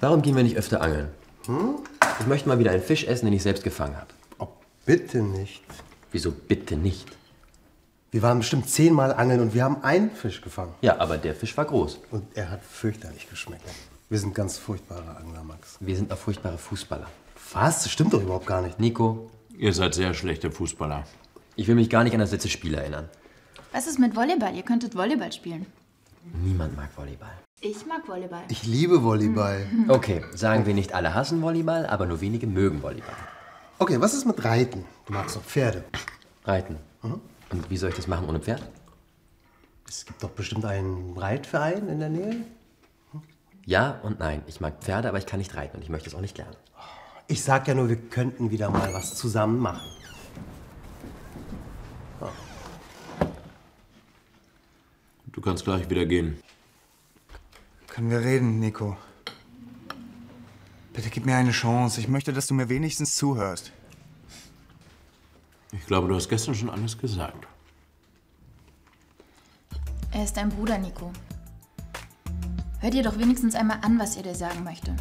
Warum gehen wir nicht öfter angeln? Hm? Ich möchte mal wieder einen Fisch essen, den ich selbst gefangen habe. Oh, bitte nicht. Wieso bitte nicht? Wir waren bestimmt zehnmal angeln und wir haben einen Fisch gefangen. Ja, aber der Fisch war groß. Und er hat fürchterlich geschmeckt. Wir sind ganz furchtbare Angler, Max. Wir sind auch furchtbare Fußballer. Was? Das stimmt doch überhaupt gar nicht. Nico, Ihr seid sehr schlechte Fußballer. ich will mich gar nicht an das letzte Spiel erinnern. Was ist mit Volleyball? Ihr könntet Volleyball spielen. Niemand mag Volleyball. Ich mag Volleyball. Ich liebe Volleyball. Okay, sagen wir nicht alle hassen Volleyball, aber nur wenige mögen Volleyball. Okay, was ist mit Reiten? Du magst doch Pferde. Reiten. Und wie soll ich das machen ohne Pferd? Es gibt doch bestimmt einen Reitverein in der Nähe. Ja und nein. Ich mag Pferde, aber ich kann nicht reiten und ich möchte es auch nicht lernen. Ich sag ja nur, wir könnten wieder mal was zusammen machen. Du kannst gleich wieder gehen. Können wir reden, Nico? Bitte gib mir eine Chance. Ich möchte, dass du mir wenigstens zuhörst. Ich glaube, du hast gestern schon alles gesagt. Er ist dein Bruder, Nico. Hör dir doch wenigstens einmal an, was er dir sagen möchte.